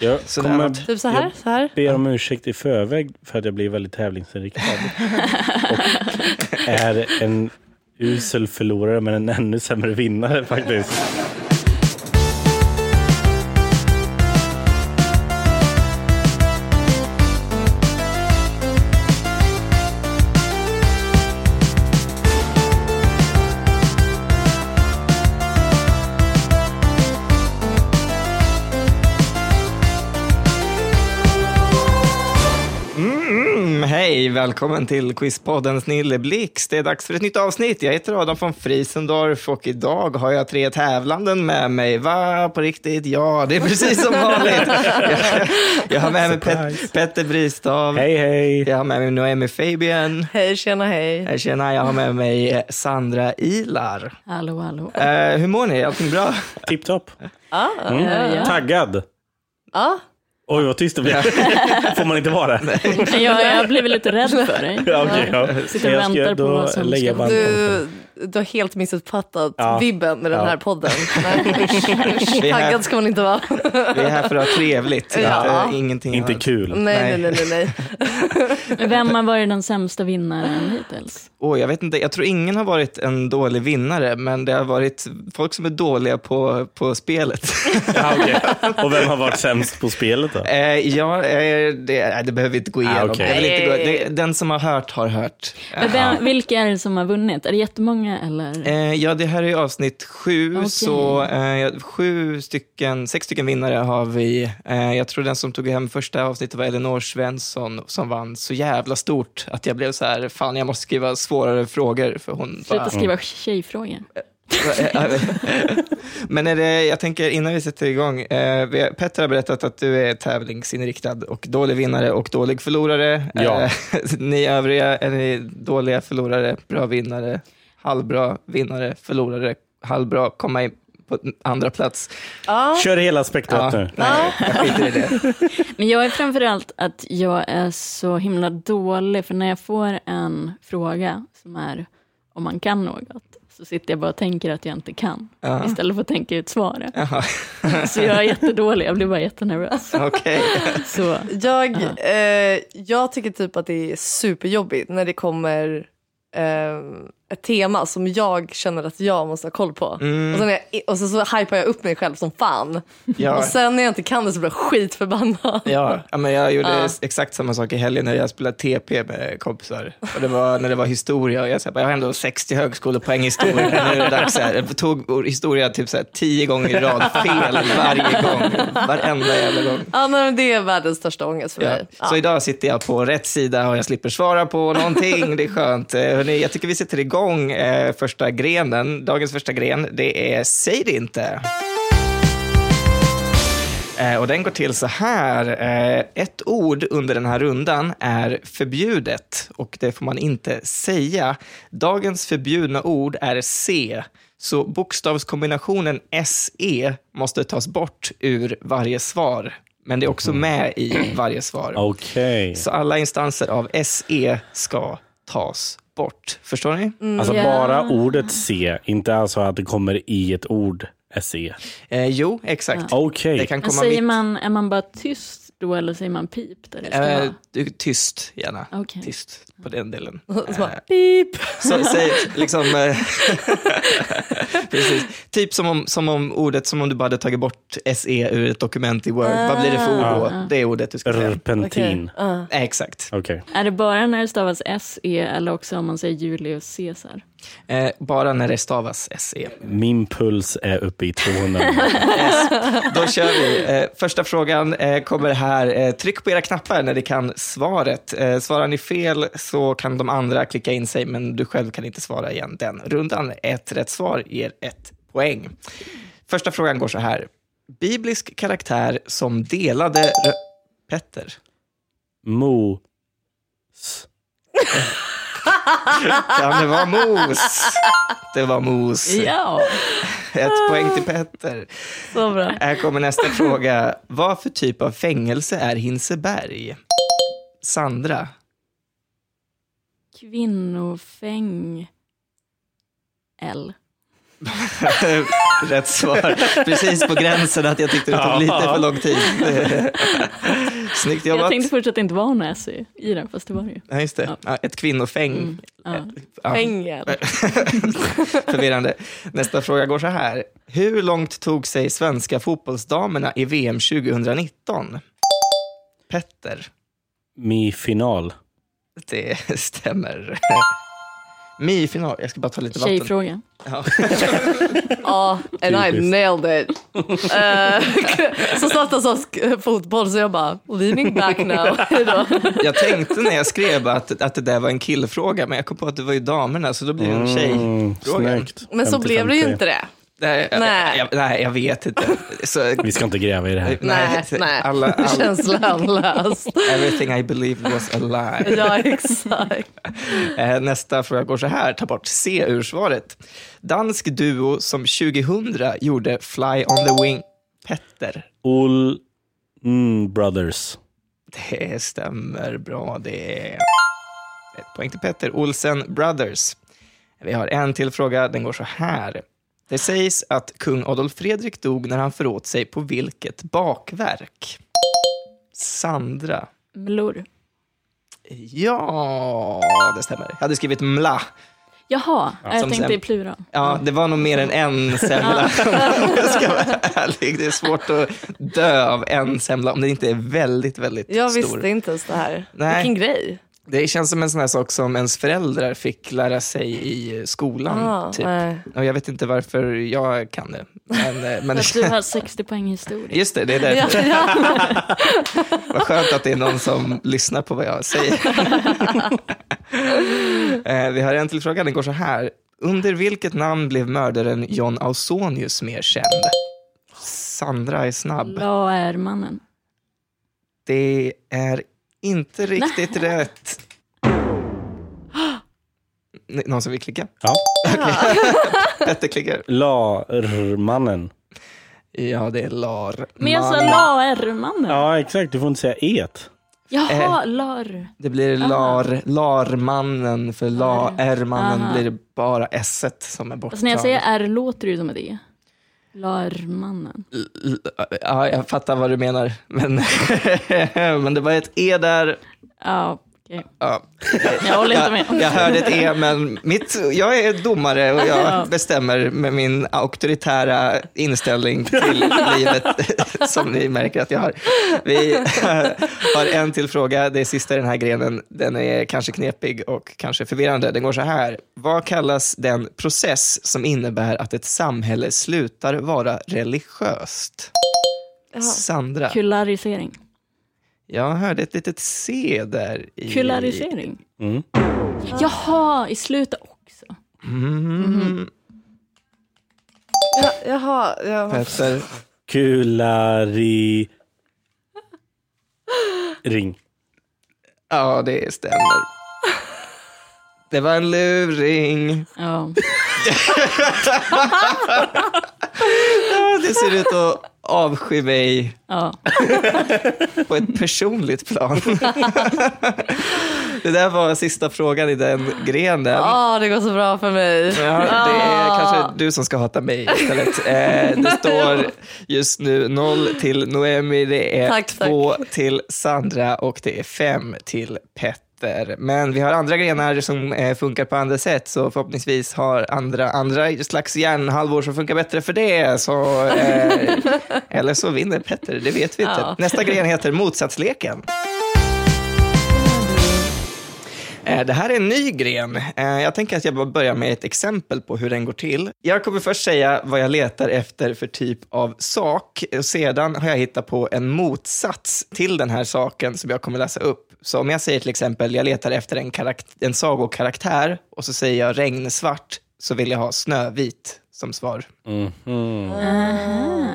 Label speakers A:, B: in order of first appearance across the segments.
A: Jag
B: Så där
A: kommer
B: var-
C: Typ så här,
A: Jag-
C: så här.
A: ber om ursäkt i förväg för att jag blir väldigt tävlingsinriktad. och är en usel förlorare men en ännu sämre vinnare
C: Mm.
A: faktiskt.
B: Mm, hej, välkommen till Quizpodden Snilleblixt. Det är dags för ett nytt avsnitt. Jag heter Adam von Friesendorf och idag har jag tre tävlanden med mig. Va, på riktigt? Ja, det är precis som vanligt. Jag, jag har med mig Pet,
A: Surprise.
B: Petter Bristav.
A: Hej hej!
B: Jag har med mig Noemi Fabian.
D: Hej, tjena, hej.
B: Eh, Tjena, jag har med mig eh, Sandra Ilar.
C: Hallå, hallå.
B: Eh, hur mår ni? Allting bra?
A: Tipptopp!
D: Ja,
A: Mm.
C: Ja, ja.
A: Taggad!
D: ja.
A: Oj vad tyst det blev. Får man inte vara?
C: Jag, jag blev lite rädd för dig.
A: Ja, okej, ja.
C: Sitter och
A: Jag ska-
C: väntar på
A: då
C: vad som
A: lägger jag
C: ska-
A: band-
D: Du, du har helt missuppfattat
A: Ja.
D: vibben med den
A: Ja.
D: här podden. Nej, usch.
B: Vi är här-
D: Taggad ska man inte vara.
B: Vi är här för att ha trevligt.
D: Ja.
B: Inte, ingenting
A: Inte
B: annat.
C: Mm.
A: kul.
D: Nej, nej, nej, nej. nej.
C: Vem har varit den sämsta vinnaren hittills?
B: Åh, jag vet inte, jag tror ingen har varit en dålig vinnare, men det har varit folk som är dåliga på, på spelet.
A: Ja, okej. Och vem har varit sämst på spelet då?
B: eh, ja, eh, det, nej, det behöver vi inte gå igenom.
A: okej.
B: Jag vill inte gå, det, den som har hört har hört.
C: Men Vem, vilka är det som har vunnit? Är det jättemånga eller?
B: Eh, ja, det här är ju avsnitt sju,
C: Okej.
B: så eh, sju stycken, sex stycken vinnare har vi. Eh, jag tror den som tog hem första avsnittet var Elinor Svensson som vann så jävla stort att jag blev så här, fan jag måste skriva svårare frågor för hon bara,
C: Sluta skriva tjejfrågor.
B: Men är det, jag tänker innan vi sätter igång. Eh, vi- Petter har berättat att du är tävlingsinriktad och dålig vinnare och dålig förlorare.
A: Ja.
B: Eh, ni övriga är ni dåliga förlorare, bra vinnare, halvbra vinnare, förlorare, halvbra, komma in på andra plats.
D: Ja.
A: Kör hela spektrat nu.
B: nej, jag skiter i det.
C: Men jag är framförallt att jag är så himla dålig, för när jag får en fråga som är om man kan något, så sitter jag bara och tänker att jag inte kan,
B: Ja.
C: istället för att tänka ut svaret.
B: Jaha,
C: Så jag är jättedålig, jag blir bara jättenervös.
B: Okej.
C: Så,
D: Jag, eh, jag tycker typ att det är superjobbigt när det kommer eh, ett tema som jag känner att jag måste ha koll på.
B: Mm.
D: Och, sen är jag, och så, så hypar jag upp mig själv som fan.
B: Ja.
D: Och sen när jag inte kan det så blir jag skitförbannad.
B: Ja, ja, men jag gjorde exakt samma sak i helgen när jag spelade TP med kompisar. Och det var när det var historia och jag sa, bara, jag har ändå 60 högskolepoäng i historia, nu är det dags. Så här. Jag tog or- historia typ så här, 10 gånger i rad, fel varje gång, varenda jävla gång.
D: Ja, nej, men det är världens största ångest för
B: Ja.
D: mig.
B: Så idag sitter jag på rätt sida och jag slipper svara på någonting. Det är skönt. Eh, Hörrni, jag tycker vi sätter igång eh, första grenen. Dagens första gren, det är Säg det inte. Eh, Och den går till så här. Eh, Ett ord under den här rundan är förbjudet och det får man inte säga. Dagens förbjudna ord är C. Så bokstavskombinationen SE måste tas bort ur varje svar. Men det är också med i varje svar.
A: Okej.
B: Så alla instanser av SE ska tas bort. Förstår ni?
A: Alltså
C: Ja.
A: bara ordet se, inte alltså att det kommer i ett ord E. se.
B: Eh, jo, exakt.
A: Okej.
B: Det kan
C: men
B: komma
C: säger
B: mitt-
C: man, är man bara tyst då eller säger man pip? Där det ska
B: Eh,
C: vara?
B: du- tyst gärna.
C: Okej.
B: Tyst på den delen.
D: Så
B: Äh.
D: bara, pip.
B: Så, säg, liksom, eh, precis. Typ som om, som om ordet, som om du bara hade tagit bort SE ur ett dokument i Word. Vad blir det för ord då? Det är ordet du ska säga.
A: Serpentin.
D: Okej, ja.
B: Eh, Exakt.
A: Okej.
C: Är det bara när det stavas SE eller också om man säger Julius Caesar?
B: Eh, bara när det stavas E. SE.
A: Min puls är uppe i 200.
B: Yes. Då kör vi. Eh, första frågan eh, kommer här. Eh, tryck på era knappar när ni kan svaret. Eh, svarar ni fel så kan de andra klicka in sig, men du själv kan inte svara igen den rundan. Ett rätt svar ger ett poäng. Första frågan går så här. Biblisk karaktär som delade... Rö- Petter?
A: Mo.
B: Kan det vara mos? Det var mos.
C: Ja!
B: Ett poäng till Petter.
D: Så bra.
B: Här kommer nästa fråga. Vad för typ av fängelse är Hinseberg? Sandra?
C: Kvinnofäng... L.
B: Rätt svar. Precis på gränsen att jag tyckte det tog lite för lång tid. Snyggt jobbat.
C: Jag tänkte först att det inte var någon SE i den, fast det var det ju.
B: Ja, just det. Ja, ett kvinnofäng.
C: Mm. Ja.
B: Ja,
D: Pengar.
B: förvirrande. Nästa fråga går så här. Hur långt tog sig svenska fotbollsdamerna i VM 2019? Petter.
A: Mi final.
B: Det stämmer. Mi-final. Jag ska bara ta lite vatten.
C: Tjejfråga.
B: Ja.
D: Ja, and I
A: Typiskt.
D: nailed it. Eh, så snabbt jag sa sk- fotboll så jag bara, leaning back now. Hejdå.
B: Jag tänkte när jag skrev att, att det där var en killfråga, men jag kom på att det var ju damerna, så då blir det en tjej.
A: Mm,
B: Frågan.
A: snyggt.
D: Men så
A: 50-50.
D: blev det ju inte det.
B: Nej, jag,
D: Nej.
B: jag, nej, jag vet inte. Så,
A: Vi ska inte gräva i det här.
D: Nej,
B: nej,
D: nej.
B: Alla,
D: Det
B: all,
D: känns lönlöst.
B: everything I believe was a lie.
D: Ja, exakt.
B: Eh, Nästa fråga går så här, ta bort C ur svaret. Dansk duo som 2000 gjorde Fly on the Wing. Petter.
A: All mm, brothers.
B: Det stämmer bra det. är Ett poäng till Petter. Olsen Brothers. Vi har en till fråga, den går så här. Det sägs att kung Adolf Fredrik dog när han föråt sig på vilket bakverk? Sandra.
C: Mlor.
B: Ja, det stämmer. Jag hade skrivit mla.
C: Jaha,
B: Som
C: jag tänkte
B: sen-
C: i plural.
D: Mm.
B: Ja, det var nog mer än en semla. om jag ska vara ärlig. Det är svårt att dö av en semla om det inte är väldigt, väldigt
D: Jag
B: stor.
D: visste inte ens det här.
B: Nej.
D: Vilken grej.
B: Det känns som en sån här sak som ens föräldrar fick lära sig i skolan.
D: Ah,
B: typ.
D: nej.
B: Och jag vet inte varför jag kan det. Men, eh, men
C: Att du har 60 poäng i historia.
B: just det, det är därför.
D: Ja, ja.
B: Vad skönt att det är någon som lyssnar på vad jag säger. Eh, Vi har en till fråga, den går så här. Under vilket namn blev mördaren John Ausonius mer känd? Sandra är snabb.
C: Laermannen.
B: Det är inte riktigt rätt. N- Någon som vill klicka?
A: Ja.
B: Petter klickar.
A: Larmannen.
B: Ja, det är lar.
C: Men jag sa
B: man.
C: Laermannen.
A: Ja, exakt. Du får inte säga et.
C: Jaha, lar.
B: Det blir lar, larmannen, för la, r-mannen
C: Aha.
B: blir det bara s som är borta.
C: Alltså när jag säger R låter det ju som ett E. Larmannen.
B: Ja, jag fattar vad du menar. Men, men det var ett e där.
C: Ja, okej.
B: Ja,
C: Jag håller inte med.
B: jag hörde ett e, men mitt, jag är domare och
C: Ja.
B: jag bestämmer med min auktoritära inställning till livet som ni märker att jag har. Vi har en till fråga, det är sista i den här grenen. Den är kanske knepig och kanske förvirrande. Den går så här. Vad kallas den process som innebär att ett samhälle slutar vara religiöst? Sandra.
C: Kularisering.
B: Jag hörde ett litet C där. I...
C: Kularisering.
A: Mm.
C: Jaha, i slutet också.
B: Mm.
D: Ja, Jaha, ja.
B: Petter.
A: Kulari... Ring.
B: Ja, det stämmer. Det var en luring.
C: Ja.
B: Ja, Det ser ut att avsky mig
C: ja.
B: på ett personligt plan. Det där var sista frågan i den grenen.
D: Ah, det går så bra för mig.
B: Ja, det är
D: Ah.
B: kanske du som ska hata mig istället. Eh, det står just nu 0 till Noemi, det är
D: Tack, tack.
B: 2 till Sandra och det är 5 till Petter. Men vi har andra grenar som eh, funkar på andra sätt, så förhoppningsvis har andra andra slags hjärnhalvor som funkar bättre för det. Så, eh, eller så vinner Petter, det vet vi inte.
D: Ja.
B: Nästa gren heter motsatsleken. Eh, Det här är en ny gren. Eh, Jag tänker att jag bara börjar med ett exempel på hur den går till. Jag kommer först säga vad jag letar efter för typ av sak. Och sedan har jag hittat på en motsats till den här saken som jag kommer läsa upp. Så om jag säger till exempel, jag letar efter en, karakt- en sagokaraktär och så säger jag regnsvart, så vill jag ha snövit som svar.
A: Mhm.
C: Aha.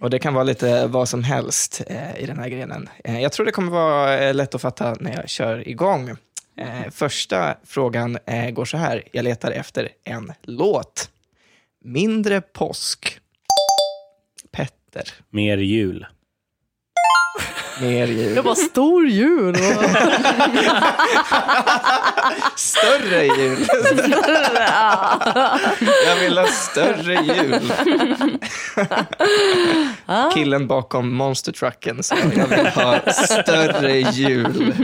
B: Och det kan vara lite vad som helst eh, i den här grenen. Eh, jag tror det kommer vara eh, lätt att fatta när jag kör igång. Eh, första frågan eh, går så här. Jag letar efter en låt. Mindre påsk. Petter.
A: Mer jul.
B: mer djur.
D: Jag bara, stor jul. Och...
B: Större jul! Jag vill ha större jul. Killen bakom monstertrucken sa jag vill ha större jul.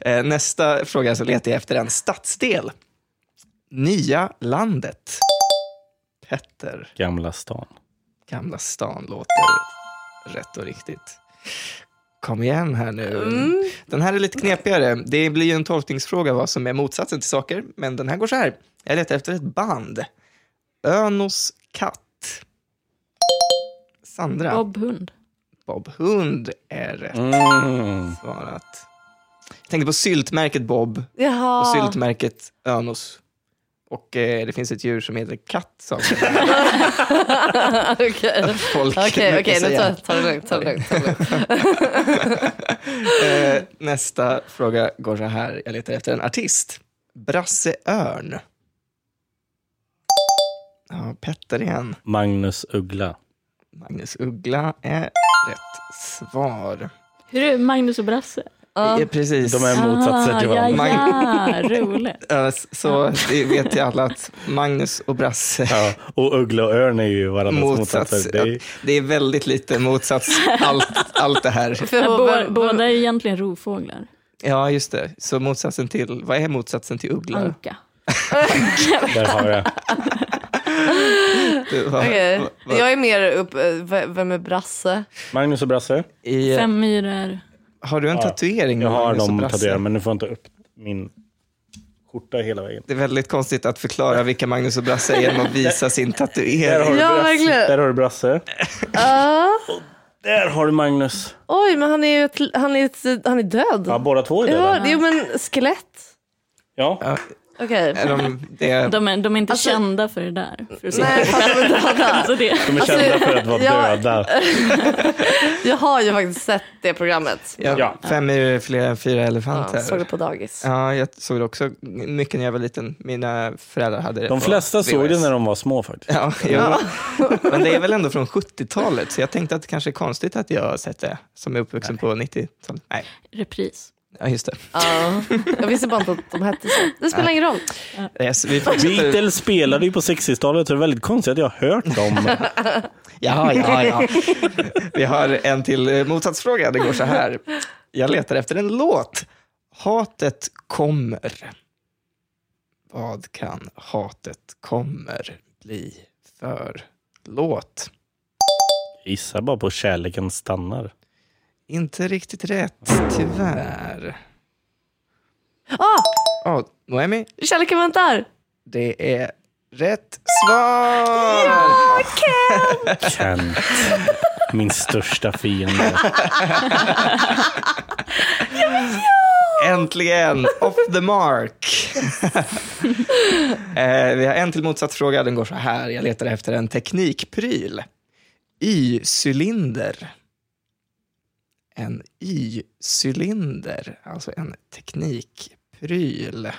B: Eh, Nästa fråga så letar jag efter en stadsdel. Nya landet. Petter.
A: Gamla stan.
B: Gamla stan låter rätt och riktigt. Kom igen här nu.
D: Mm.
B: Den här är lite knepigare. Det blir ju en tolkningsfråga vad som är motsatsen till saker, men den här går så här. Jag letar efter ett band. Önos katt. Sandra. Bob,
C: Bob Hund.
B: Hund är rätt
A: Mm.
B: svarat. Jag tänkte på syltmärket Bob
D: Jaha.
B: och syltmärket Önos. Och eh, det finns ett djur som heter katt, sa
D: Okej,
B: folk.
D: okej,
B: brukar
D: okej, nu
B: säga.
D: tar, tar det lugnt. Ta det lugnt, ta det lugnt.
B: Eh, nästa fråga går så här. Jag letar efter en artist. Brasse Örn. Ja, Petter igen.
A: Magnus Uggla.
B: Magnus Uggla är rätt svar.
C: Hur är det? Magnus och Brasse? Ah,
D: Ja.
B: Eh, Precis.
A: De är motsatser till
C: ja,
A: varandra.
C: ja, roligt.
B: Eh, Så det vet ju alla att Magnus och Brasse
A: Ja, och Uggla och Örn är ju varandras
B: motsats.
A: motsatser. Det är,
B: Det är väldigt lite motsats, allt, allt det här.
D: För
C: Ja,
D: vem-
C: bå-
D: vem-
C: båda är egentligen rovfåglar.
B: Ja, just det. Så motsatsen till, vad är motsatsen till uggla?
C: Anka.
A: där har jag.
B: Du, vad-
D: Okej,
B: vad- vad-
D: jag är mer upp, eh, v- vem är Brasse?
A: Magnus och Brasse.
B: i-
C: Fem myror.
B: Har du en
A: Ja,
B: tatuering?
A: Jag
B: med
A: har
B: Magnus och
A: dem
B: Brasse?
A: tatuerade men nu får jag inte upp min skjorta hela vägen.
B: Det är väldigt konstigt att förklara vilka Magnus och Brasse är genom att visa sin
A: Där har
B: tatuering.
A: du,
D: Ja,
A: brasse.
D: verkligen.
A: Där har du Brasse.
D: Ah,
A: Där har du Magnus.
D: oj, men han är, ju ett, han, är ett, han är död.
A: Ja, båda två är
D: Ja,
A: döda.
D: det är ju en skelett.
A: Ja.
B: Ja,
D: Okej.
B: är de, det är,
C: De är, de är inte
D: Alltså-
C: kända för det där. För att sitta
D: Nej, fast de är döda.
C: så det.
A: De är
D: Alltså,
A: kända för att vara
D: jag-
A: döda.
D: Jag har ju faktiskt sett det programmet.
B: ja,
A: Ja.
B: Fem är fler än fyra
D: Ja, såg det
B: elefanter.
D: på dagis.
B: Ja, jag såg det också mycket när jag var liten. Mina föräldrar hade det.
A: De
B: på
A: flesta såg det
B: VHS.
A: när de var små faktiskt.
B: Ja, jo. Men det är väl ändå från 70-talet, så jag tänkte att det kanske är konstigt att jag har sett det som är uppvuxen på 90-talet. Nej,
C: Repris.
B: ja, just det.
D: Ja. Jag visste bara inte att de hette så. Det spelar ingen roll.
B: Yes, vi fortsätter.
A: Beatles spelade ju på 60-talet så det är väldigt konstigt att jag har hört dem.
B: Ja, ja, ja. Vi har en till eh, motsatsfråga. Det går så här. Jag letar efter en låt. Hatet kommer. Vad kan hatet kommer bli för låt?
A: Gissa bara på Kärleken stannar.
B: Inte riktigt rätt, tyvärr.
D: Ah,
B: Ja, Noemi,
D: kärleken väntar.
B: det är rätt svar!
A: Kent. Min största fiende.
B: Äntligen! Off the mark! eh, vi har en till motsatsfråga. Den går så här. Jag letar efter en teknikpryl. Y-cylinder. En Y-cylinder, alltså en teknikpryl.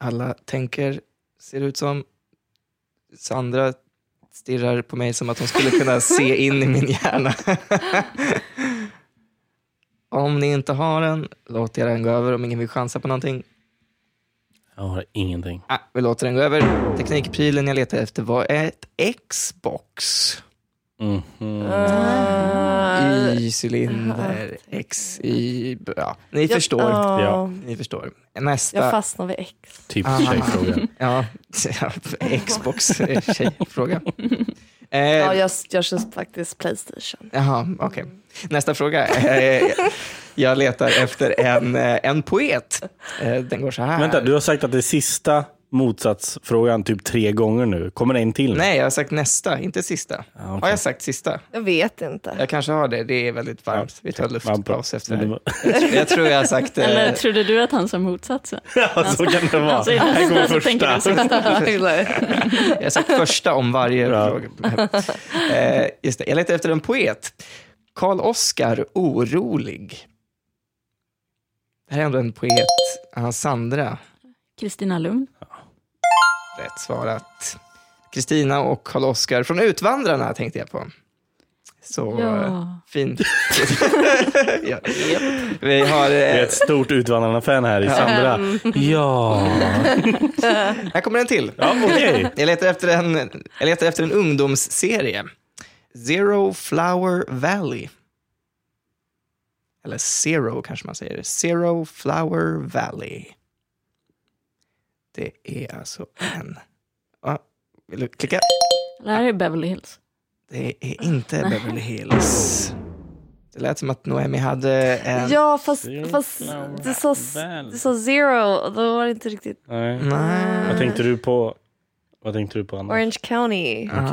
B: Alla tänker, ser ut som... Sandra stirrar på mig som att hon skulle kunna se in i min hjärna. Om ni inte har den, låt er den gå över. Om ingen vill chansa på någonting,
A: Jag har ingenting.
B: ah, vi låter den gå över. Teknikprylen jag letar efter var ett Xbox.
A: Mhm.
D: Ah.
B: Y-cylinder, X, Y... Ja, ni förstår.
D: Ja.
A: Ja.
B: Ni förstår.
D: ah. Jag
B: Nästa.
D: fastnar vid X.
A: Typ
B: Ah.
A: tjejfråga.
B: Ja, Xbox eh, tjejfråga. Eh,
D: Ja, jag, jag känns faktiskt Playstation.
B: Jaha, okej. Nästa fråga. Eh, jag letar efter en, eh, en poet. Eh, den går så här.
A: Vänta, du har sagt att det är sista motsatsfrågan typ tre gånger nu. Kommer det en till? nu?
B: Nej, jag har sagt nästa, inte sista.
A: Ja, Ah, okej.
B: Har jag sagt sista?
D: Jag vet inte.
B: Jag kanske har det. Det är väldigt varmt. Vi tar
A: Ja, bra.
B: luftpaus efter det
A: Men
B: här.
A: det var-
B: Jag tror jag har sagt... eh,
C: Eller trodde du att han sa motsatsen?
A: Ja, så kan det vara.
C: Alltså, i
A: Här kommer
C: nästa så tänker du
A: första.
C: sista.
B: Jag har sagt första om varje
A: Bra.
B: fråga. Eh, just det. Jag letar efter en poet. Karl Oskar Orolig. Det här är ändå en poet. Ah, Sandra,
C: Kristina Lugn.
B: rätt svarat. Kristina och Karl Oskar från Utvandrarna tänkte jag på. Så eh,
C: Ja.
B: fint. ja. Vi har...
A: Det är
B: Eh,
A: ett stort Utvandrarna-fan här i
B: Ehm.
A: Sandra. Ja,
B: här kommer en till.
A: ja okej.
B: Jag letar efter en, jag letar efter en ungdomsserie. Zero Flower Valley. Eller Zero kanske man säger. Zero Flower Valley. Det är alltså en... Ja, vill du klicka?
C: Det här är Beverly Hills.
B: Det är inte Beverly Hills. Det lät som att Noemi hade en...
D: Ja, fast,
A: Zero
D: fast
A: flower
D: du, sa,
A: valley.
D: du sa zero och då var det inte riktigt eh,
A: Nej.
B: Nej.
A: Vad tänkte du på? Vad tänkte du på annars?
D: Orange County.
A: Okej,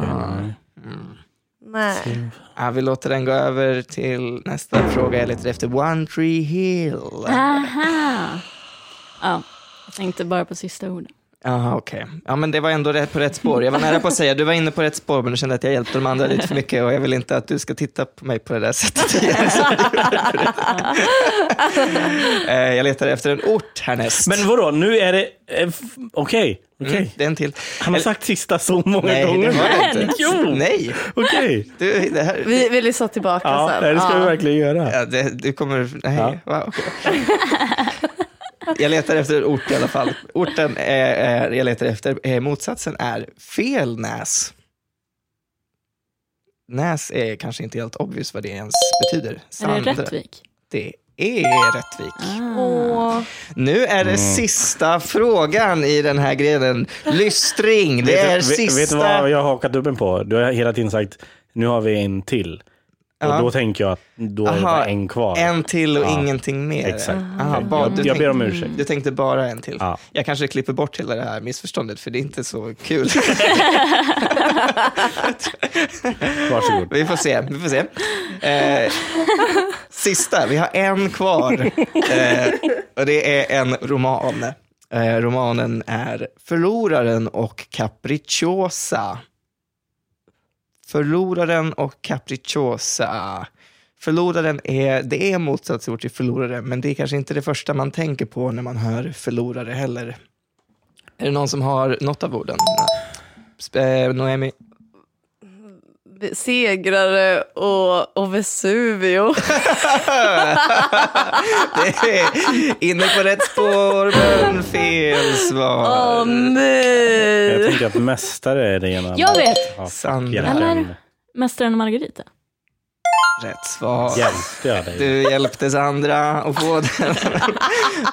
A: nej.
D: Nej.
B: Ja, vi låter den gå över till nästa fråga. Jag letar efter One Tree Hill.
C: Aha! Ja, jag tänkte bara på sista ordet.
B: Jaha, okej. Ja, men det var ändå rätt på rätt spår. Jag var nära på att säga, du var inne på rätt spår, men jag kände att jag hjälpte de andra lite för mycket och jag vill inte att du ska titta på mig på det där sättet igen. Så jag gjorde det. Eh, jag letar efter en ort härnäst. Mm,
A: Men vadå, nu är det... eh, f- Okej, okej.
B: det är en till.
A: Han har
B: Eller-
A: sagt sista så många
B: Nej, det
A: gånger.
B: var det inte.
A: Jo,
B: Nej,
A: okej.
B: du, det här...
D: Vi vill lyssna tillbaka
A: Ja,
D: sen.
A: det ska vi verkligen göra.
B: Alltså, Ja, det, du kommer... Nej,
A: Ja.
B: wow, okej. Jag letar efter en ort i alla fall. Orten är, är, jag letar efter, eh, motsatsen är Felnäs. Näs är kanske inte helt obvious vad det ens betyder.
C: Är det
B: Sandra.
C: Rättvik?
B: Det är Rättvik.
C: Ah.
D: Åh.
B: Nu är det
A: Mm.
B: sista frågan i den här grenen. Lystring, det
A: Vet du-
B: är
A: vet-
B: sista...
A: Vet du vad jag har hakat upp en på? Du har hela tiden sagt, nu har vi en till.
B: Ja.
A: Och då tänker jag att då är det
B: Aha,
A: bara en kvar.
B: En till och
A: Ja,
B: ingenting mer.
A: Exakt.
B: Aha,
A: Okej.
B: vad,
A: jag,
B: du
A: jag ber
B: tänkte-
A: om ursäkt.
B: Du tänkte bara en till.
A: Ja.
B: Jag kanske klipper bort hela det här missförståndet för det är inte så kul.
A: Varsågod.
B: vi får se. Vi får se. Eh, sista, vi har en kvar. Eh, och det är en roman. Eh, romanen är Förloraren och Capricciosa. Förloraren och Capricciosa. Förloraren är, det är motsatsord till förlorare, men det är kanske inte det första man tänker på när man hör förlorare heller. Är det någon som har något av orden? Nej. Eh, Noemi?
D: Vi- Segrare och, och Vesuvio.
B: Det är Inne på rätt spår, men fel svar.
D: Åh nej!
A: Jag tänker att mästare är det ena.
C: Jag vet!
A: Ja,
B: Sandra.
A: hjälpte
C: Eller? Mästaren och Margarita.
B: Rätt svar.
A: hjälpte jag dig?
B: Du hjälpte Sandra att få den.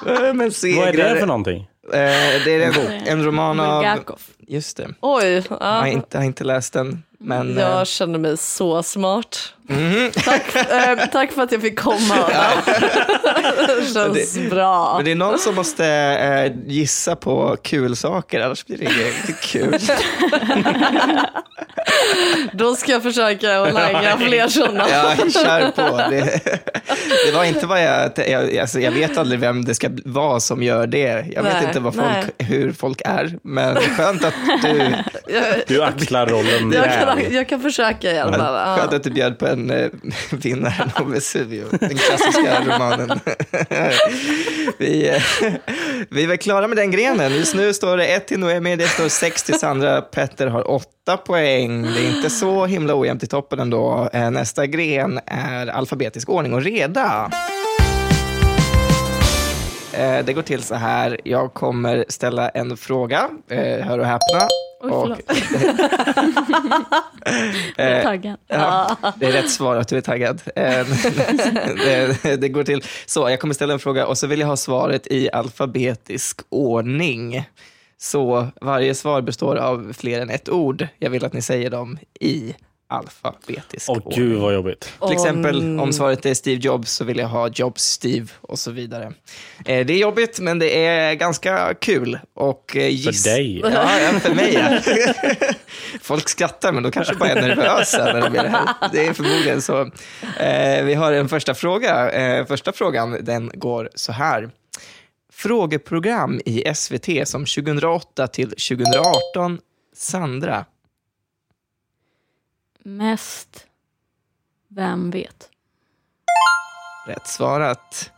B: men
A: Vad är det för
B: segrare.
A: någonting?
B: Eh, det är en, en roman av...
C: Bulgakov.
B: Just det.
D: Oj, ja.
B: Jag har inte, jag har inte läst den. Men, eh,
D: jag känner mig så smart.
B: Mhm.
D: Tack, eh, tack för att jag fick komma. det känns bra.
B: men det är någon som måste eh, gissa på kul saker, annars blir det inget kul.
D: Då ska jag försöka att lägga fler sådana.
B: Ja, kör på. Det, det var inte vad jag, jag... Alltså jag vet aldrig vem det ska vara som gör det. Jag vet
D: Nej,
B: inte vad
D: nej.
B: folk, hur folk är, men skönt att du,
D: Jag,
A: Du axlar rollen
D: jag, kan,
A: väl.
D: jag kan försöka i alla fall.
B: skönt
D: Ja.
B: att du bjöd på en eh, vinnaren av Vesuvio, den klassiska romanen. Vi, eh, vi var klara med den grenen. Just nu står det 1 till Noemi, det står 6 till Sandra. Petter har 8 poäng. Det är inte så himla ojämnt i toppen ändå. Eh, Nästa gren är alfabetisk ordning och reda. Eh, Det går till så här, jag kommer ställa en fråga, eh, hör och häpna. och,
C: Oj, förlåt. Jag är taggad.
B: Ja, det är rätt svar att du är taggad. Eh, det, det går till så, jag kommer ställa en fråga och så vill jag ha svaret i alfabetisk ordning. Så varje svar består av fler än ett ord. Jag vill att ni säger dem i alfabetisk
A: Åh
B: ordning.
A: gud vad jobbigt.
B: Till exempel om svaret är Steve Jobs så vill jag ha Jobs Steve och så vidare. Eh, det är jobbigt men det är ganska kul. Och, eh, giss-
A: För dig.
B: Ja, ja, för mig. Ja. Folk skrattar, men då kanske bara är nervösa när de gör det här. Det är förmodligen så. Eh, vi har en första fråga. Eh, första frågan, den går så här. Frågeprogram i SVT som 2008 till 2018. Sandra,
C: Mest vem vet?
B: rätt svarat.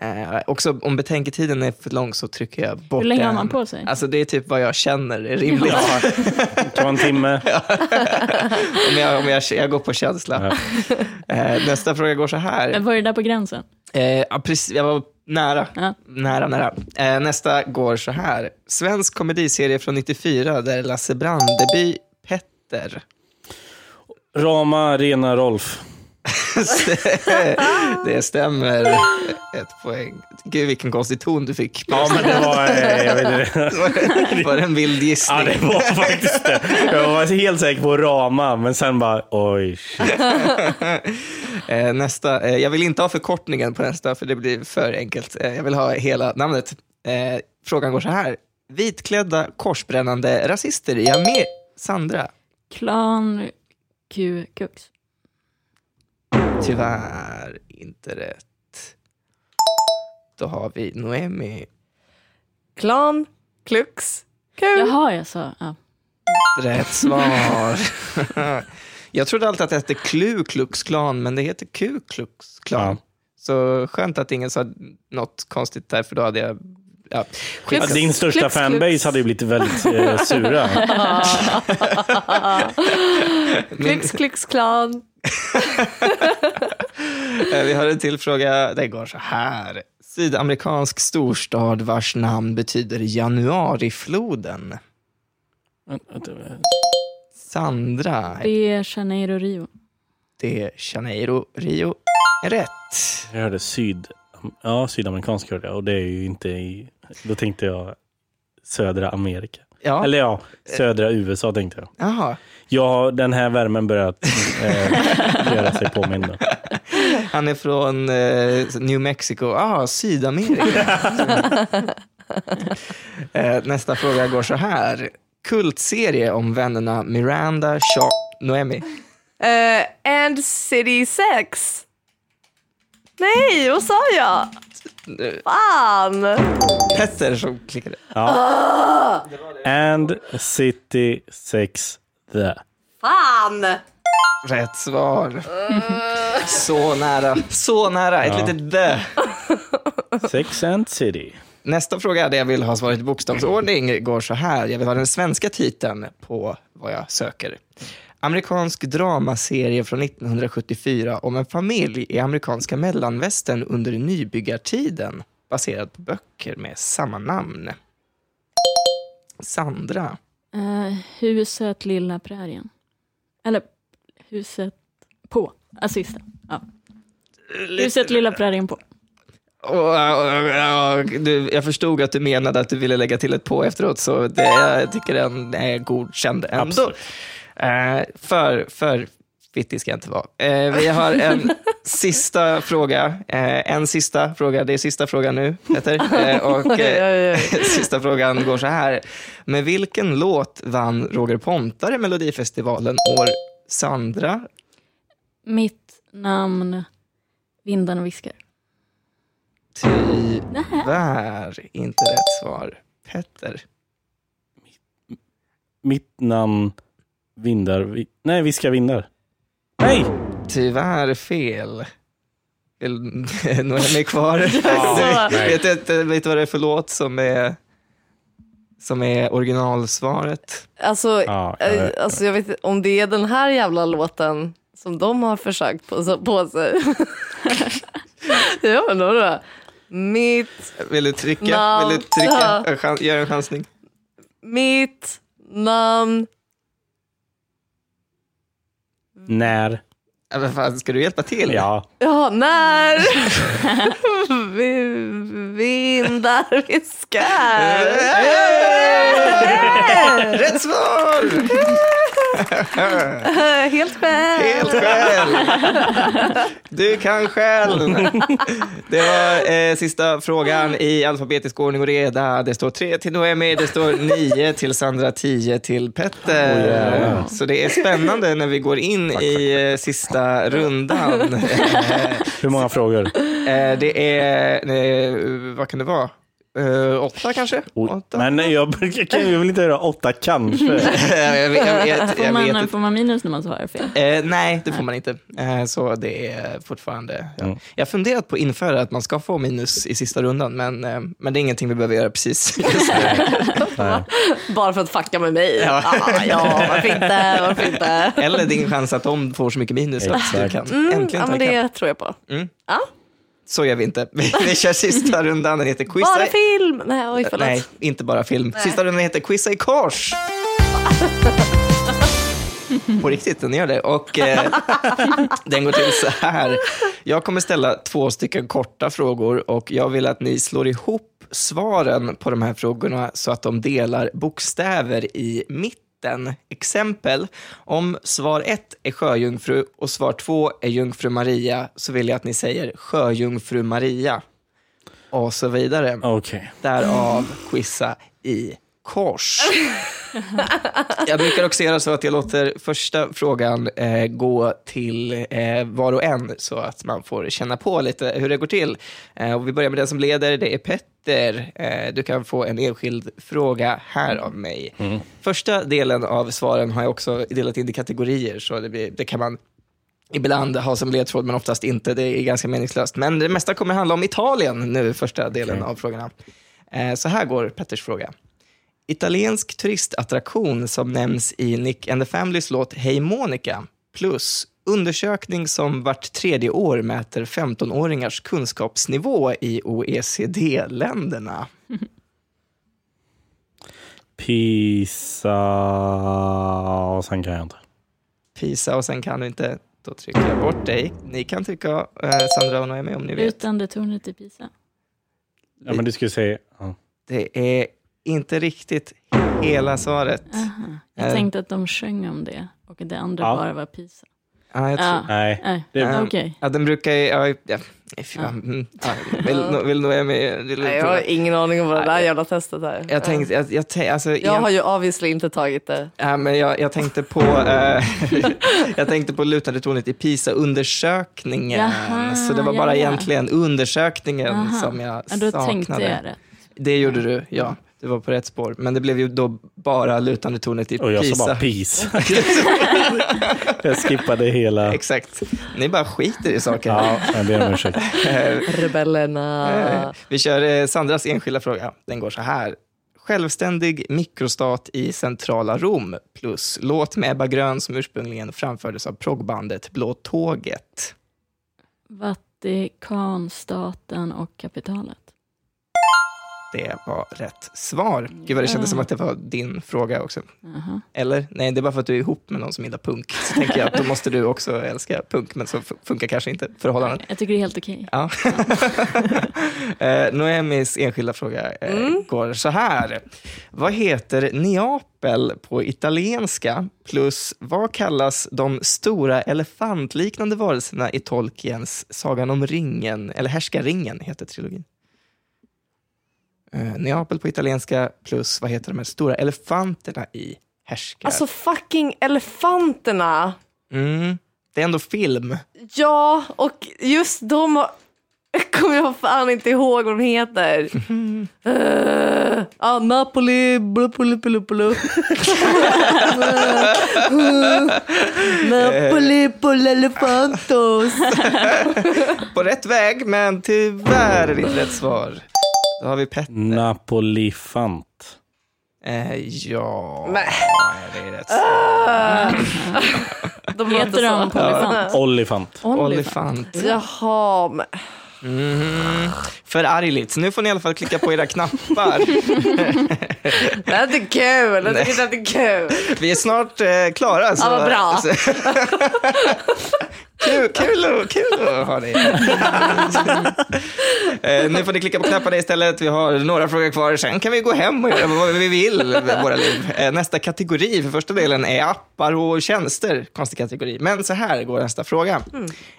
B: Eh, också om betänketiden är för lång så trycker jag bort
C: Hur länge har
B: den.
C: man på sig?
B: Alltså det är typ vad jag känner är rimligt.
A: Ja. Det kan vara en timme.
B: om jag, om jag, jag går på känsla. Eh, nästa fråga går så här.
C: Men var det där på gränsen?
B: Eh, ja, precis, jag var nära.
C: Ja.
B: Nära, nära. Eh, nästa går så här. Svensk komediserie från 94 där Lasse Brandeby Petter.
A: Rama, Rena, Rolf.
B: det stämmer. Ett poäng. Gud vilken konstig ton du fick.
A: Ja, men det var... eh, Jag vet inte.
B: Var det en vild
A: Ja,
B: gissning?
A: det var faktiskt det. Jag var helt säker på Rama, men sen bara oj. shit.
B: Eh, nästa. Eh, jag vill inte ha förkortningen på nästa för det blir för enkelt. Eh, jag vill ha hela namnet. Eh, frågan går så här. Vitklädda korsbrännande rasister i Amer... Sandra.
C: Klan Q Kux.
B: Tyvärr inte rätt. Då har vi Noemi.
D: Klan, klux, kul.
C: Jaha, jag sa... Ja.
B: Rätt svar. jag trodde alltid att det hette Ku Klux Klan, men det heter Ku Klux Klan.
A: Ja.
B: Så skönt att ingen sa något konstigt där, för då hade jag... Ja,
A: Ja,
B: skitsamma.
A: Din största
D: Klux, klux.
A: fanbase hade ju blivit väldigt eh, sura.
B: Min-
D: Klux, klux, klan.
B: Eh, Vi har en till fråga. Den går så här. Sydamerikansk storstad vars namn betyder januarifloden. Sandra
C: Det är Janeiro Rio.
B: de Janeiro, Rio. Rätt.
A: Jag hörde syd... Ja, sydamerikansk hörde jag. Och det är ju inte i... Då tänkte jag södra Amerika.
B: Ja,
A: Eller ja, södra USA tänkte jag.
B: jaha.
A: Ja, den här värmen börjar eh, göra sig påmind. nu.
B: Han är från eh, New Mexico. Ah, Sydamerika. eh, nästa fråga går så här. Kultserie om vännerna Miranda, Shaw, Noemi.
D: Eh, and city sex. Nej, vad sa jag? Fan!
B: Eh, Petter som klickade.
A: And City 6 The.
D: Fan!
B: Rätt svar. så nära. Så nära. Ett litet dö.
A: Sex and City.
B: Nästa fråga där jag vill ha svaret i bokstavsordning går så här. Jag vill ha den svenska titeln på vad jag söker. Amerikansk dramaserie från 1974 om en familj i amerikanska mellanvästern under nybyggartiden baserad på böcker med samma namn. Sandra.
C: Eh, huset Lilla Prärien. Eller huset på. Ah, sista. Ja. Huset Lilla Prärien på.
B: Åh, åh, åh, du, jag förstod att du menade att du ville lägga till ett på efteråt, så det, jag tycker den är godkänd ändå.
A: Absolut.
B: Eh, för för fittig ska jag inte vara. Eh, vi har en sista fråga. Eh, en sista fråga. Det är sista frågan nu, Peter. Eh, och, eh,
D: Oj, oj, oj.
B: sista frågan går så här. Med vilken låt vann Roger Pontare Melodifestivalen år Sandra?
C: Mitt namn, vindarna viskar.
B: Tyvärr inte rätt svar. Petter.
A: Mitt namn Vindar... Vi, nej, Viska Vindar. Nej!
B: Tyvärr fel. Vill- Noemi är kvar.
D: Ja,
B: Nej,
A: nej.
B: vet, du inte, vet du vad det är för låt som är, som är originalsvaret?
D: Alltså,
A: Ja,
B: Äh,
A: jag
D: eh,
A: vet.
D: alltså, jag vet inte om det är den här jävla låten som de har försökt på, på sig. ja, men då, då. Mitt,
B: Vill du trycka?
D: No.
B: Vill du trycka?
D: Ja.
B: En chan- Gör en chansning.
D: mitt namn.
A: När?
B: Ja, men fan, Ska du hjälpa till?
A: Ja.
D: Ja, när vi- vindar viskar.
B: Eh, Rätt svar!
D: Eh, Helt själv.
B: Helt själv! Du kan själv! Det var eh, sista frågan i alfabetisk ordning och reda. Det står tre till Noemi, det står nio till Sandra, tio till Petter.
A: Oh, jävlar.
B: Så det är spännande när vi går in i eh, sista rundan. Eh,
A: Hur många frågor?
B: det är, eh, vad kan det vara? Eh, åtta kanske?
A: Och,
B: Åtta?
A: men nej, jag, brukar- kan jag vill inte göra åtta kanske.
B: jag, jag, vet- jag, vet- jag
C: Får
B: vet
C: man,
B: inte.
C: får man minus när man svarar fel?
B: Eh, nej, det får man inte. Eh, så det är fortfarande... Ja.
A: Mm.
B: Jag har funderat på att införa att man ska få minus i sista rundan, men, eh, men det är ingenting vi behöver göra precis just nu.
A: Nej.
D: Bara för att fucka med mig.
B: Ja.
D: Ja, ah, ja varför inte? Varför inte?
B: Eller din chans att de får så mycket minus att du
A: Exakt.
B: kan
D: Mm,
B: äntligen
D: ja,
B: ta
D: men
B: ikapp.
D: det tror jag på.
B: Så gör vi inte. Vi, vi kör sista rundan, den heter Quizza...
D: Bara film! Nej, oj, förlåt.
B: Nej, inte bara film. Sista rundan heter Quizza i kors. På riktigt, den gör det. Och eh, den går till så här. Jag kommer ställa två stycken korta frågor och jag vill att ni slår ihop svaren på de här frågorna så att de delar bokstäver i mitten. Exempel, om svar ett är sjöjungfru och svar två är jungfru Maria så vill jag att ni säger sjöjungfru Maria. Och så vidare.
A: Okej.
B: Därav quizza i kors. Jag brukar också göra så att jag låter första frågan eh, gå till eh, var och en så att man får känna på lite hur det går till. Eh, och vi börjar med den som leder, det är Petter. Eh, du kan få en enskild fråga här av mig. Första delen av svaren har jag också delat in i kategorier så det, blir, det kan man ibland ha som ledtråd men oftast inte. Det är ganska meningslöst. Men det mesta kommer handla om Italien nu, första delen av frågorna. Eh, Så här går Petters fråga. Italiensk turistattraktion som nämns i Nick and the Familys låt Hej Monica plus undersökning som vart tredje år mäter 15-åringars kunskapsnivå i E OECD-länderna.
A: Pisa... Och sen kan jag inte.
B: Pisa och sen kan du inte, då trycker jag bort dig. Ni kan trycka eh, Sandra och Noemi om ni vill.
C: Utande tornet i Pisa.
A: Ja, men du skulle säga... Ja.
B: Det är inte riktigt hela svaret.
C: Aha. Jag
B: Eh.
C: tänkte att de sjöng om det och det andra
A: Ja.
C: bara var Pisa.
B: Ja, jag tror, Eh,
C: Ja.
A: Nej.
C: Nej,
A: Det-
C: okej.
B: ja, den brukar ju... Ja, ja, fy fan. Mm. ja, vill, no, vill Noemi... Vill,
D: Nej, jag har ingen aning om vad det där jävla testet är.
B: Jag tänkte, jag, jag, tän- alltså,
D: jag
B: en-
D: har ju obviously inte tagit det.
B: ja, men jag, jag tänkte på, eh, jag tänkte på lutande tornet i PISA-undersökningen.
C: Jaha,
B: så det var bara
C: ja, ja.
B: egentligen undersökningen
C: Aha.
B: som jag
C: Ja, då tänkte
B: saknade.
C: jag rätt.
B: Det gjorde du, ja. Du var på rätt spår. Men det blev ju då bara lutande tornet i
A: Och jag sa
B: PISA.
A: bara pis. jag skippade hela...
B: Exakt. Ni bara skiter i saker.
A: Ja, jag ber om ursäkt.
D: Rebellerna.
B: Vi kör eh, Sandras enskilda fråga. Den går så här. Självständig mikrostat i centrala Rom plus låt med Ebba Grön som ursprungligen framfördes av proggbandet Blå tåget.
C: Vatikanstaten och kapitalet.
B: Det var rätt svar. Gud vad det kändes som att det var din fråga också.
C: Aha.
B: Eller? Nej, det är bara för att du är ihop med någon som gillar punk. Så tänker jag att då måste du också älska punk, men så f- funkar kanske inte förhållandet.
C: Jag tycker det är helt okej.
B: Ja. eh, Noemis enskilda fråga eh, går så här. Vad heter Neapel på italienska? Plus, vad kallas de stora elefantliknande varelserna i Tolkiens Sagan om ringen, eller Härskaringen heter trilogin. Eh, Neapel på italienska plus, vad heter de här stora elefanterna i Härskar?
D: Alltså fucking elefanterna.
B: mm, det är ändå film.
D: Ja, och just de har- kommer jag fan inte ihåg vad de heter. Eh, ah, Napoli, blupulu, blupulu. Napoli på elefantos.
B: På rätt väg, men tyvärr är det inte rätt svar. Då har vi Petter.
A: Napolifant.
B: Eh, ja,
D: Nej.
B: det är rätt svar.
D: De
C: Heter de Polyfant?
A: Olifant.
D: Ah!
B: Olifant.
D: Jaha, men
B: Förargligt. Så nu får ni i alla fall klicka på era knappar.
D: det är inte kul. Jag tycker inte att det är kul.
B: Vi är snart eh, klara. Så,
D: Ja, vad bra.
B: så- kul, kul, att- kul att ha dig. eh, nu får ni klicka på knapparna istället. Vi har några frågor kvar. Sen kan vi gå hem och göra vad vi vill med våra liv. Eh, nästa kategori för första delen är appar och tjänster. Konstig kategori. Men så här går nästa fråga.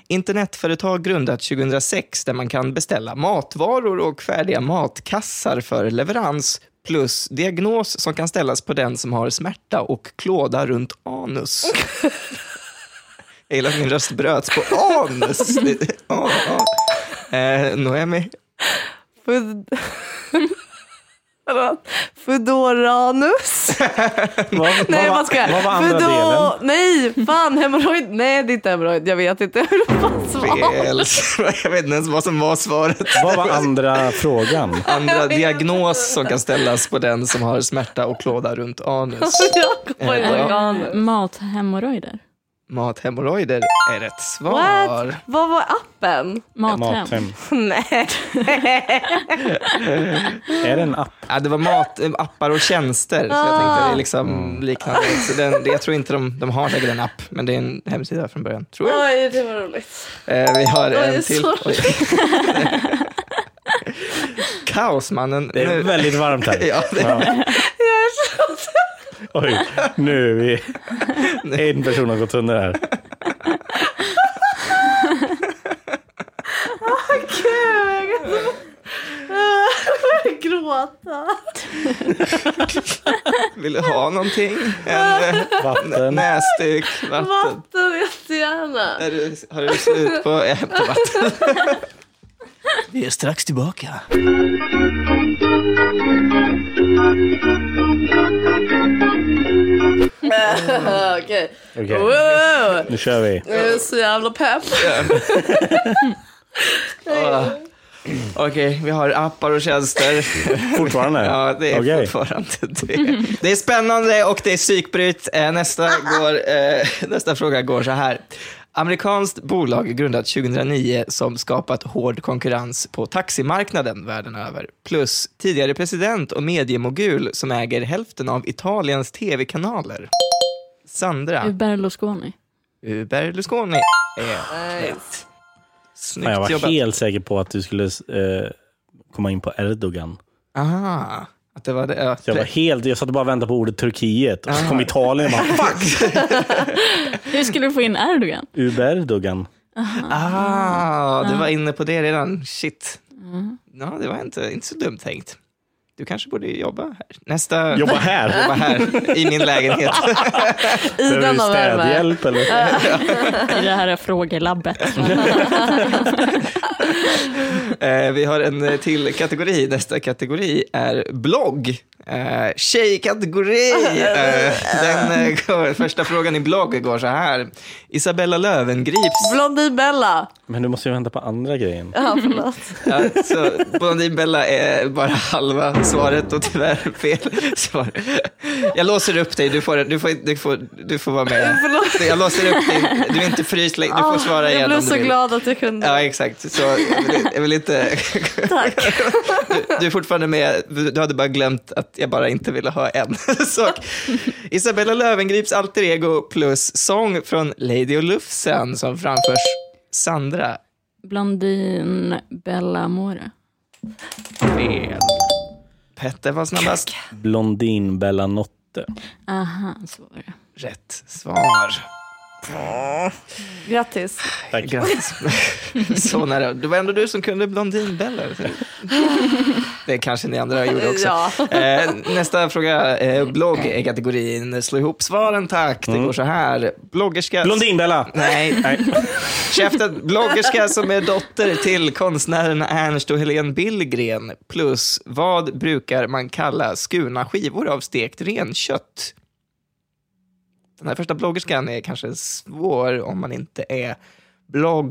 B: Internetföretag grundat 2006 där man kan beställa matvaror och färdiga matkassar för leverans plus diagnos som kan ställas på den som har smärta och klåda runt anus. Jag gillar att min röst bröts på anus. Det- ah, ah. Eh, Noemi?
D: Food, Eller vad? Fedoranus.
A: Vad,
D: Nej,
A: vad,
D: vad ska jag?
A: vad var andra delen?
D: Fedor- Nej, fan hemorrojd. Nej, det är inte hemorrojd. Jag vet inte hur det fanns
B: Fel. Jag vet inte ens vad som var svaret.
A: Vad var andra frågan?
B: Andra diagnos som kan ställas på den som har smärta och klåda runt anus.
D: Jag kommer inte
B: Eh,
D: ihåg.
C: Eh, Mathemorrojder.
B: Mathemorrojder är rätt svar.
D: What? Vad var appen?
C: Mathem.
A: Mathem.
D: Nej.
A: Är det en app?
B: Ja, det var mat, eh, appar och tjänster. Så jag tänkte det är
A: Ah.
B: liksom
A: Mm.
B: liknande. Så den, det- jag tror inte de, de har säkert en app, men det är en hemsida från början. Tror jag.
D: Oj, det var roligt.
B: Eh, vi har en
D: Ah. Oj,
B: till.
D: sorry.
B: Kaosmannen.
A: Det är
B: Nu-
A: väldigt varmt här.
B: Ja, det-
A: Oj, nu är vi... En person har gått under här.
D: Gud, jag kan inte- Jag börjar gråta.
B: Vill du ha någonting? En eh,
D: Ah.
A: Vatten.
B: näsduk? Vatten?
D: Vatten jättegärna.
A: Eh,
B: Är du, har du slut på, eh, på vatten? Vi är strax tillbaka.
D: Ah, Okej.
A: Okej,
D: Wow,
A: nu kör vi.
D: jag är så jävla pepp.
B: Ah. Okej, vi har appar och tjänster.
A: Fortfarande?
B: Ja, det är
A: Okej.
B: fortfarande det. Det är spännande och det är psykbryt. Eh, Nästa, går, eh, nästa fråga går så här. Amerikanskt bolag grundat 2009 som skapat hård konkurrens på taximarknaden världen över. Plus tidigare president och mediemogul som äger hälften av Italiens tv-kanaler. Sandra
C: Berlusconi.
B: Eh, Berlusconi är rätt.
A: Fan, jag
B: Snyggt
A: var
B: jobbat.
A: helt säker på att du skulle eh, komma in på Erdogan.
B: Aha, att det var det. Ja,
A: Så jag, var
B: rätt.
A: helt, jag satt och bara och väntade på ordet Turkiet och så kom Italien och bara fuck!
C: Hur skulle du få in Erdogan?
A: Uberdogan.
B: Ah, du var inne på det redan. Shit. Ja, det var inte, inte så dumt tänkt. Du kanske borde jobba här. Nästa...
A: Jobba här?
B: Jobba här, i min lägenhet.
D: I
A: Behöver du
D: den av värme.
A: städhjälp eller?
C: I det här frågelabbet.
B: Eh, vi har en eh, till kategori. Nästa kategori är blogg. Eh, tjejkategori! Eh, den, eh, går, första frågan i blogg går så här. Isabella Lövengrips...
D: Blondinbella.
A: Men du måste ju vänta på andra grejen.
D: Ja, förlåt.
B: Alltså, Blondinbella är bara halva svaret och tyvärr fel svar. Jag låser upp dig, du får, du får, du får, du får vara med.
D: Förlåt. Ah,
B: Jag låser upp dig, du är inte fryst längre, du får svara
D: jag
B: igen
D: blev
B: om du
D: så
B: vill.
D: glad att jag kunde.
B: Ja, exakt. Så jag vill, jag vill inte...
D: Tack.
B: Du är fortfarande med, du hade bara glömt att jag bara inte ville ha en sak. Isabella Lövengrips alter ego plus sång från Lady och Lufsen som framförs Sandra.
C: Blondin Bella More.
B: Fel. Petter var snabbast.
A: Blondin Bella Notte.
C: Aha, så var det.
B: Rätt svar.
D: Grattis.
A: Tack.
B: Grattis. Så nära. Det var ändå du som kunde Blondinbella. Det kanske ni andra gjorde också.
D: Ja.
B: Eh, nästa fråga, eh, blogg är kategorin. Slå ihop svaren tack. Det går så här. Bloggerska.
A: Blondin Bella!
B: Nej,
A: Nej.
B: käften. Bloggerska som är dotter till konstnärerna Ernst och Helene Billgren. Plus, vad brukar man kalla skurna skivor av stekt renkött? Den här första bloggerskan är kanske svår om man inte är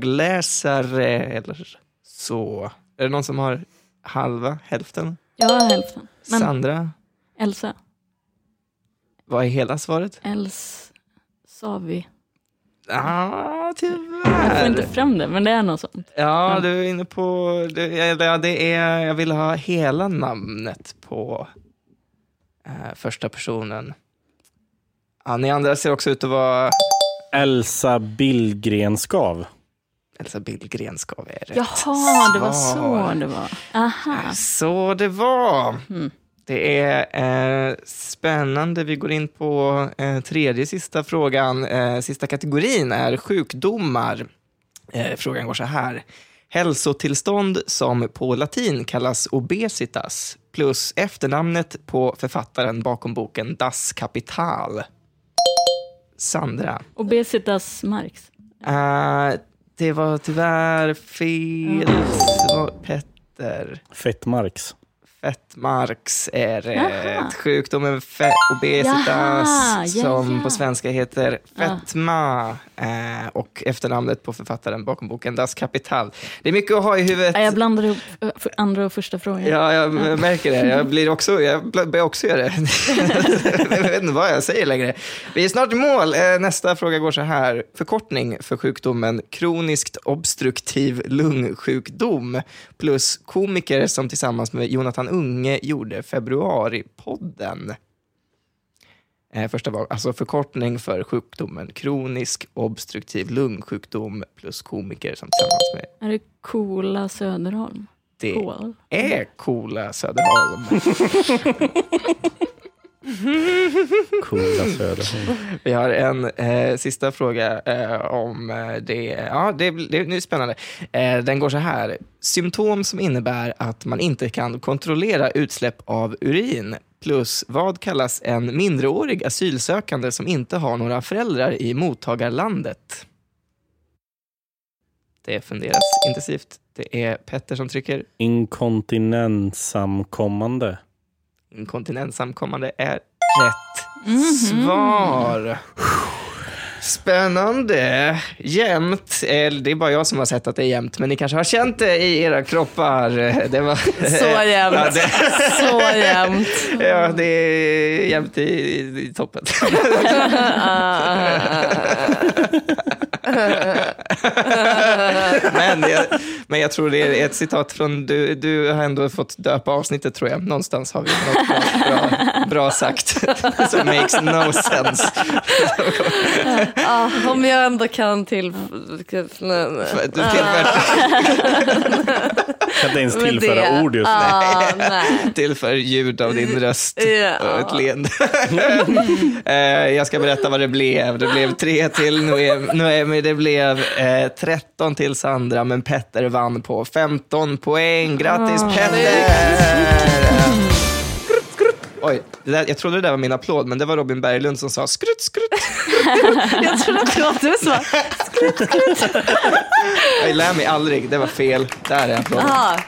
B: bloggläsare eller så. Är det någon som har halva, hälften?
C: Jag har hälften. Men
B: Sandra,
C: Elsa.
B: vad är hela svaret?
C: Els... Savi.
B: Ah,
C: Jag får inte
B: tyvärr.
C: fram det, men det är något sånt.
B: Ja, du är inne på... Det, eller ja, det är, jag vill ha hela namnet på eh, första personen. Ja, ni andra ser också ut att vara...
A: Elsa Billgren Skav.
B: Elsa Billgren ska vi rätt.
C: Jaha, det var
B: svar.
C: så det var. Aha.
B: Så det var. Det är eh, spännande. Vi går in på eh, tredje sista frågan. Eh, sista kategorin är sjukdomar. Eh, frågan går så här. Hälsotillstånd som på latin kallas obesitas plus efternamnet på författaren bakom boken Das Kapital. Sandra.
C: Obesitas Marx.
B: Eh, det var tyvärr fel svar. Petter.
A: Fett Marx.
B: Fettmarks är
C: Aha.
B: rätt. Sjukdomen fe- obesitas
C: Jaha, ja,
B: som
C: ja.
B: på svenska heter fetma eh, och efternamnet på författaren bakom boken Das Kapital. Det är mycket att ha i huvudet.
C: Ja, Jag blandar ihop eh, för- andra och första frågan.
B: Ja, jag m- märker det. Jag, blir också, jag bl- börjar också göra det. jag vet inte vad jag säger längre. Vi är snart i mål. Eh, Nästa fråga går så här. Förkortning för sjukdomen kroniskt obstruktiv lungsjukdom plus komiker som tillsammans med Jonathan Unge gjorde Februaripodden. Eh, Första var alltså förkortning för sjukdomen kronisk obstruktiv lungsjukdom plus komiker som tillsammans med
C: Är det coola
A: Eh,
C: Söderholm?
B: det
C: Cool.
B: är coola Söderholm.
A: Coola Söderholm.
B: Vi har en eh, sista fråga eh, om eh, det. Ja, det, det, nu är det spännande. Eh, den går så här. Symptom som innebär att man inte kan kontrollera utsläpp av urin. Plus, vad kallas en mindreårig asylsökande som inte har några föräldrar i mottagarlandet? Det funderas intensivt. Det är Petter som trycker.
A: Inkontinenssamkommande.
B: Inkontinensamkommande är rätt svar. Spännande. Jämnt. Eller det är bara jag som har sett att det är jämnt, men ni kanske har känt det i era kroppar. Eh, Det var...
D: Så jämnt. Så jämnt.
B: ja, det är jämnt i, i, i toppen. men, jag, men jag tror det är ett citat från, du, du har ändå fått döpa avsnittet tror jag. Någonstans har vi något bra, bra, bra sagt som makes no sense.
D: Ja, Ah, om jag ändå kan till...
B: För- till- För,
A: Kan inte ens
D: Men det-
A: tillföra ord just nu.
D: Ah, nej.
B: till för ljud av din röst. Och ett
D: Ja.
B: leende. Eh, jag ska berätta vad det blev. Det blev tre till Noem- Noemi, det blev eh, 13 till Sandra, men Petter vann på 15 poäng. Grattis Petter! Skrutt, skrutt. Oj, det där, jag trodde det där var min applåd, men det var Robin Berglund som sa skrutt, skrutt.
D: Jag trodde att det var du som var...
B: Jag lär mig aldrig, det var fel. Där är applåden.
D: Ah,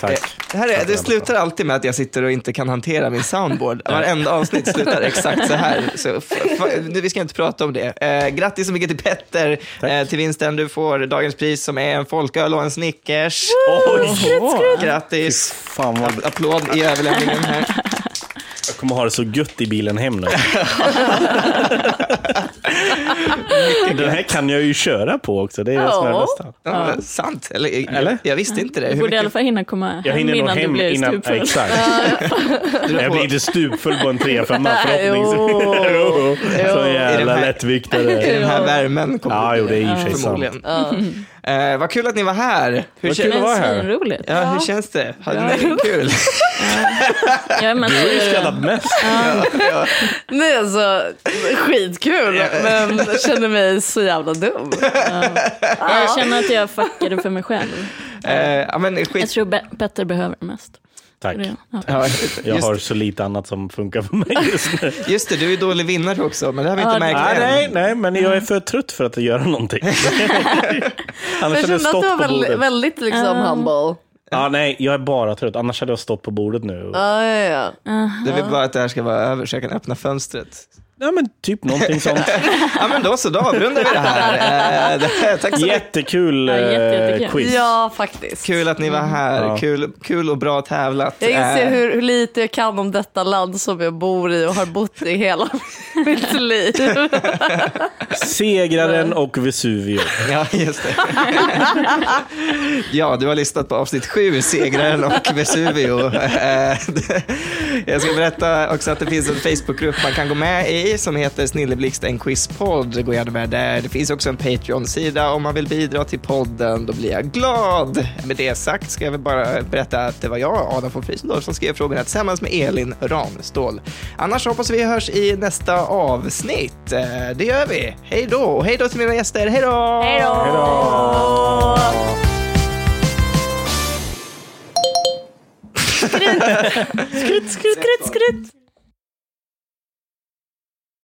A: Tack.
B: Det, Eh, här är,
A: Tack,
B: det
A: Robert.
B: slutar alltid med att jag sitter och inte kan hantera min soundboard. Varenda avsnitt slutar exakt så här. Så, f- f- nu, vi ska inte prata om det. Eh, grattis så mycket till Petter eh, till vinsten. Du får dagens pris som är en folköl och en Snickers.
A: Oj!
B: Grattis!
A: Fan vad...
B: Applåd i överlämningen här.
A: Jag kommer ha det så gött i bilen hem nu. Den här kan jag ju köra på också. Det är det som är det
D: Ja.
A: bästa.
B: Ja, sant, eller,
A: Eller?
B: Jag visste inte det.
C: Du
B: Hur
C: borde i alla
B: mycket,
C: fall hinna komma
A: Jag hinner nog
C: hem innan du
A: hem
C: blir
A: innan...
C: stupfull.
A: Exakt.
B: du
A: Jag
B: på-
A: blir inte stupfull på en 3-5
D: Nej,
A: förhoppningsvis. Jo. Så jävla
B: här- i
A: lättviktare.
B: den här värmen kommer
A: Ja,
B: det
A: jo, det är i och för sig sant.
B: förmodligen. Eh, vad kul att ni var här. Hur,
A: Vad
B: kän-
A: kul att vara
C: Men
A: här.
C: svinroligt.
B: ja, hur känns det? Hade ni kul?
C: Jag är
A: Du har ju skrattat
C: mest
A: mest.
D: nej alltså, skitkul men jag känner mig så jävla dum.
C: Jag känner att jag fuckade för mig själv.
B: Eh, ja, men skit
C: Jag tror Be- Petter behöver det mest.
A: Tack.
C: Ja.
B: Ja,
A: Jag
B: just,
A: har så lite annat som funkar för mig just nu.
B: just det, du är dålig vinnare också, men det har vi
C: Ja,
B: inte
A: Nej,
B: märkt
A: nej,
B: än.
A: nej, men jag är för trött för att göra någonting. Annars
D: Jag
A: hade jag
D: kände att du
A: stått
D: var
A: på
D: väldigt,
A: bordet.
D: väldigt liksom
C: Ah.
D: humble.
A: Ja, nej, jag är bara trött. Annars hade jag stått på bordet nu.
D: Ah, ja, ja.
B: Du vill bara att det här ska vara över så jag kan öppna fönstret.
A: Ja, men typ någonting sånt.
B: Ja, men då så, då avrundar vi det här. Eh, det- Tack så mycket.
A: Jättekul
C: Alltså, Ja, jätte,
A: eh,
C: jättekul.
A: quiz.
D: ja faktiskt.
B: Kul att ni var här.
A: Ja.
B: Kul, kul och bra tävlat.
D: Jag inser
B: Eh,
D: hur, hur lite jag kan om detta land som jag bor i och har bott i hela mitt liv.
A: Segraren och Vesuvio.
B: Ja, just det. ja, du har lyssnat på avsnitt sju, Segraren och Vesuvio. Eh, Jag ska berätta också att det finns en Facebookgrupp man kan gå med i som heter Snilleblixt en quizpodd. Gå gärna med där. Det finns också en Patreon-sida om man vill bidra till podden. Då blir jag glad. Med det sagt ska jag väl bara berätta att det var jag, Adam von Friesendorf, som skrev frågorna tillsammans med Elin Ramståhl. Annars hoppas vi hörs i nästa avsnitt. Eh, Det gör vi. Hej då! Och hej då till mina gäster. Hej då! Hej då!
C: Skrutt, skrutt, skrutt, skrutt.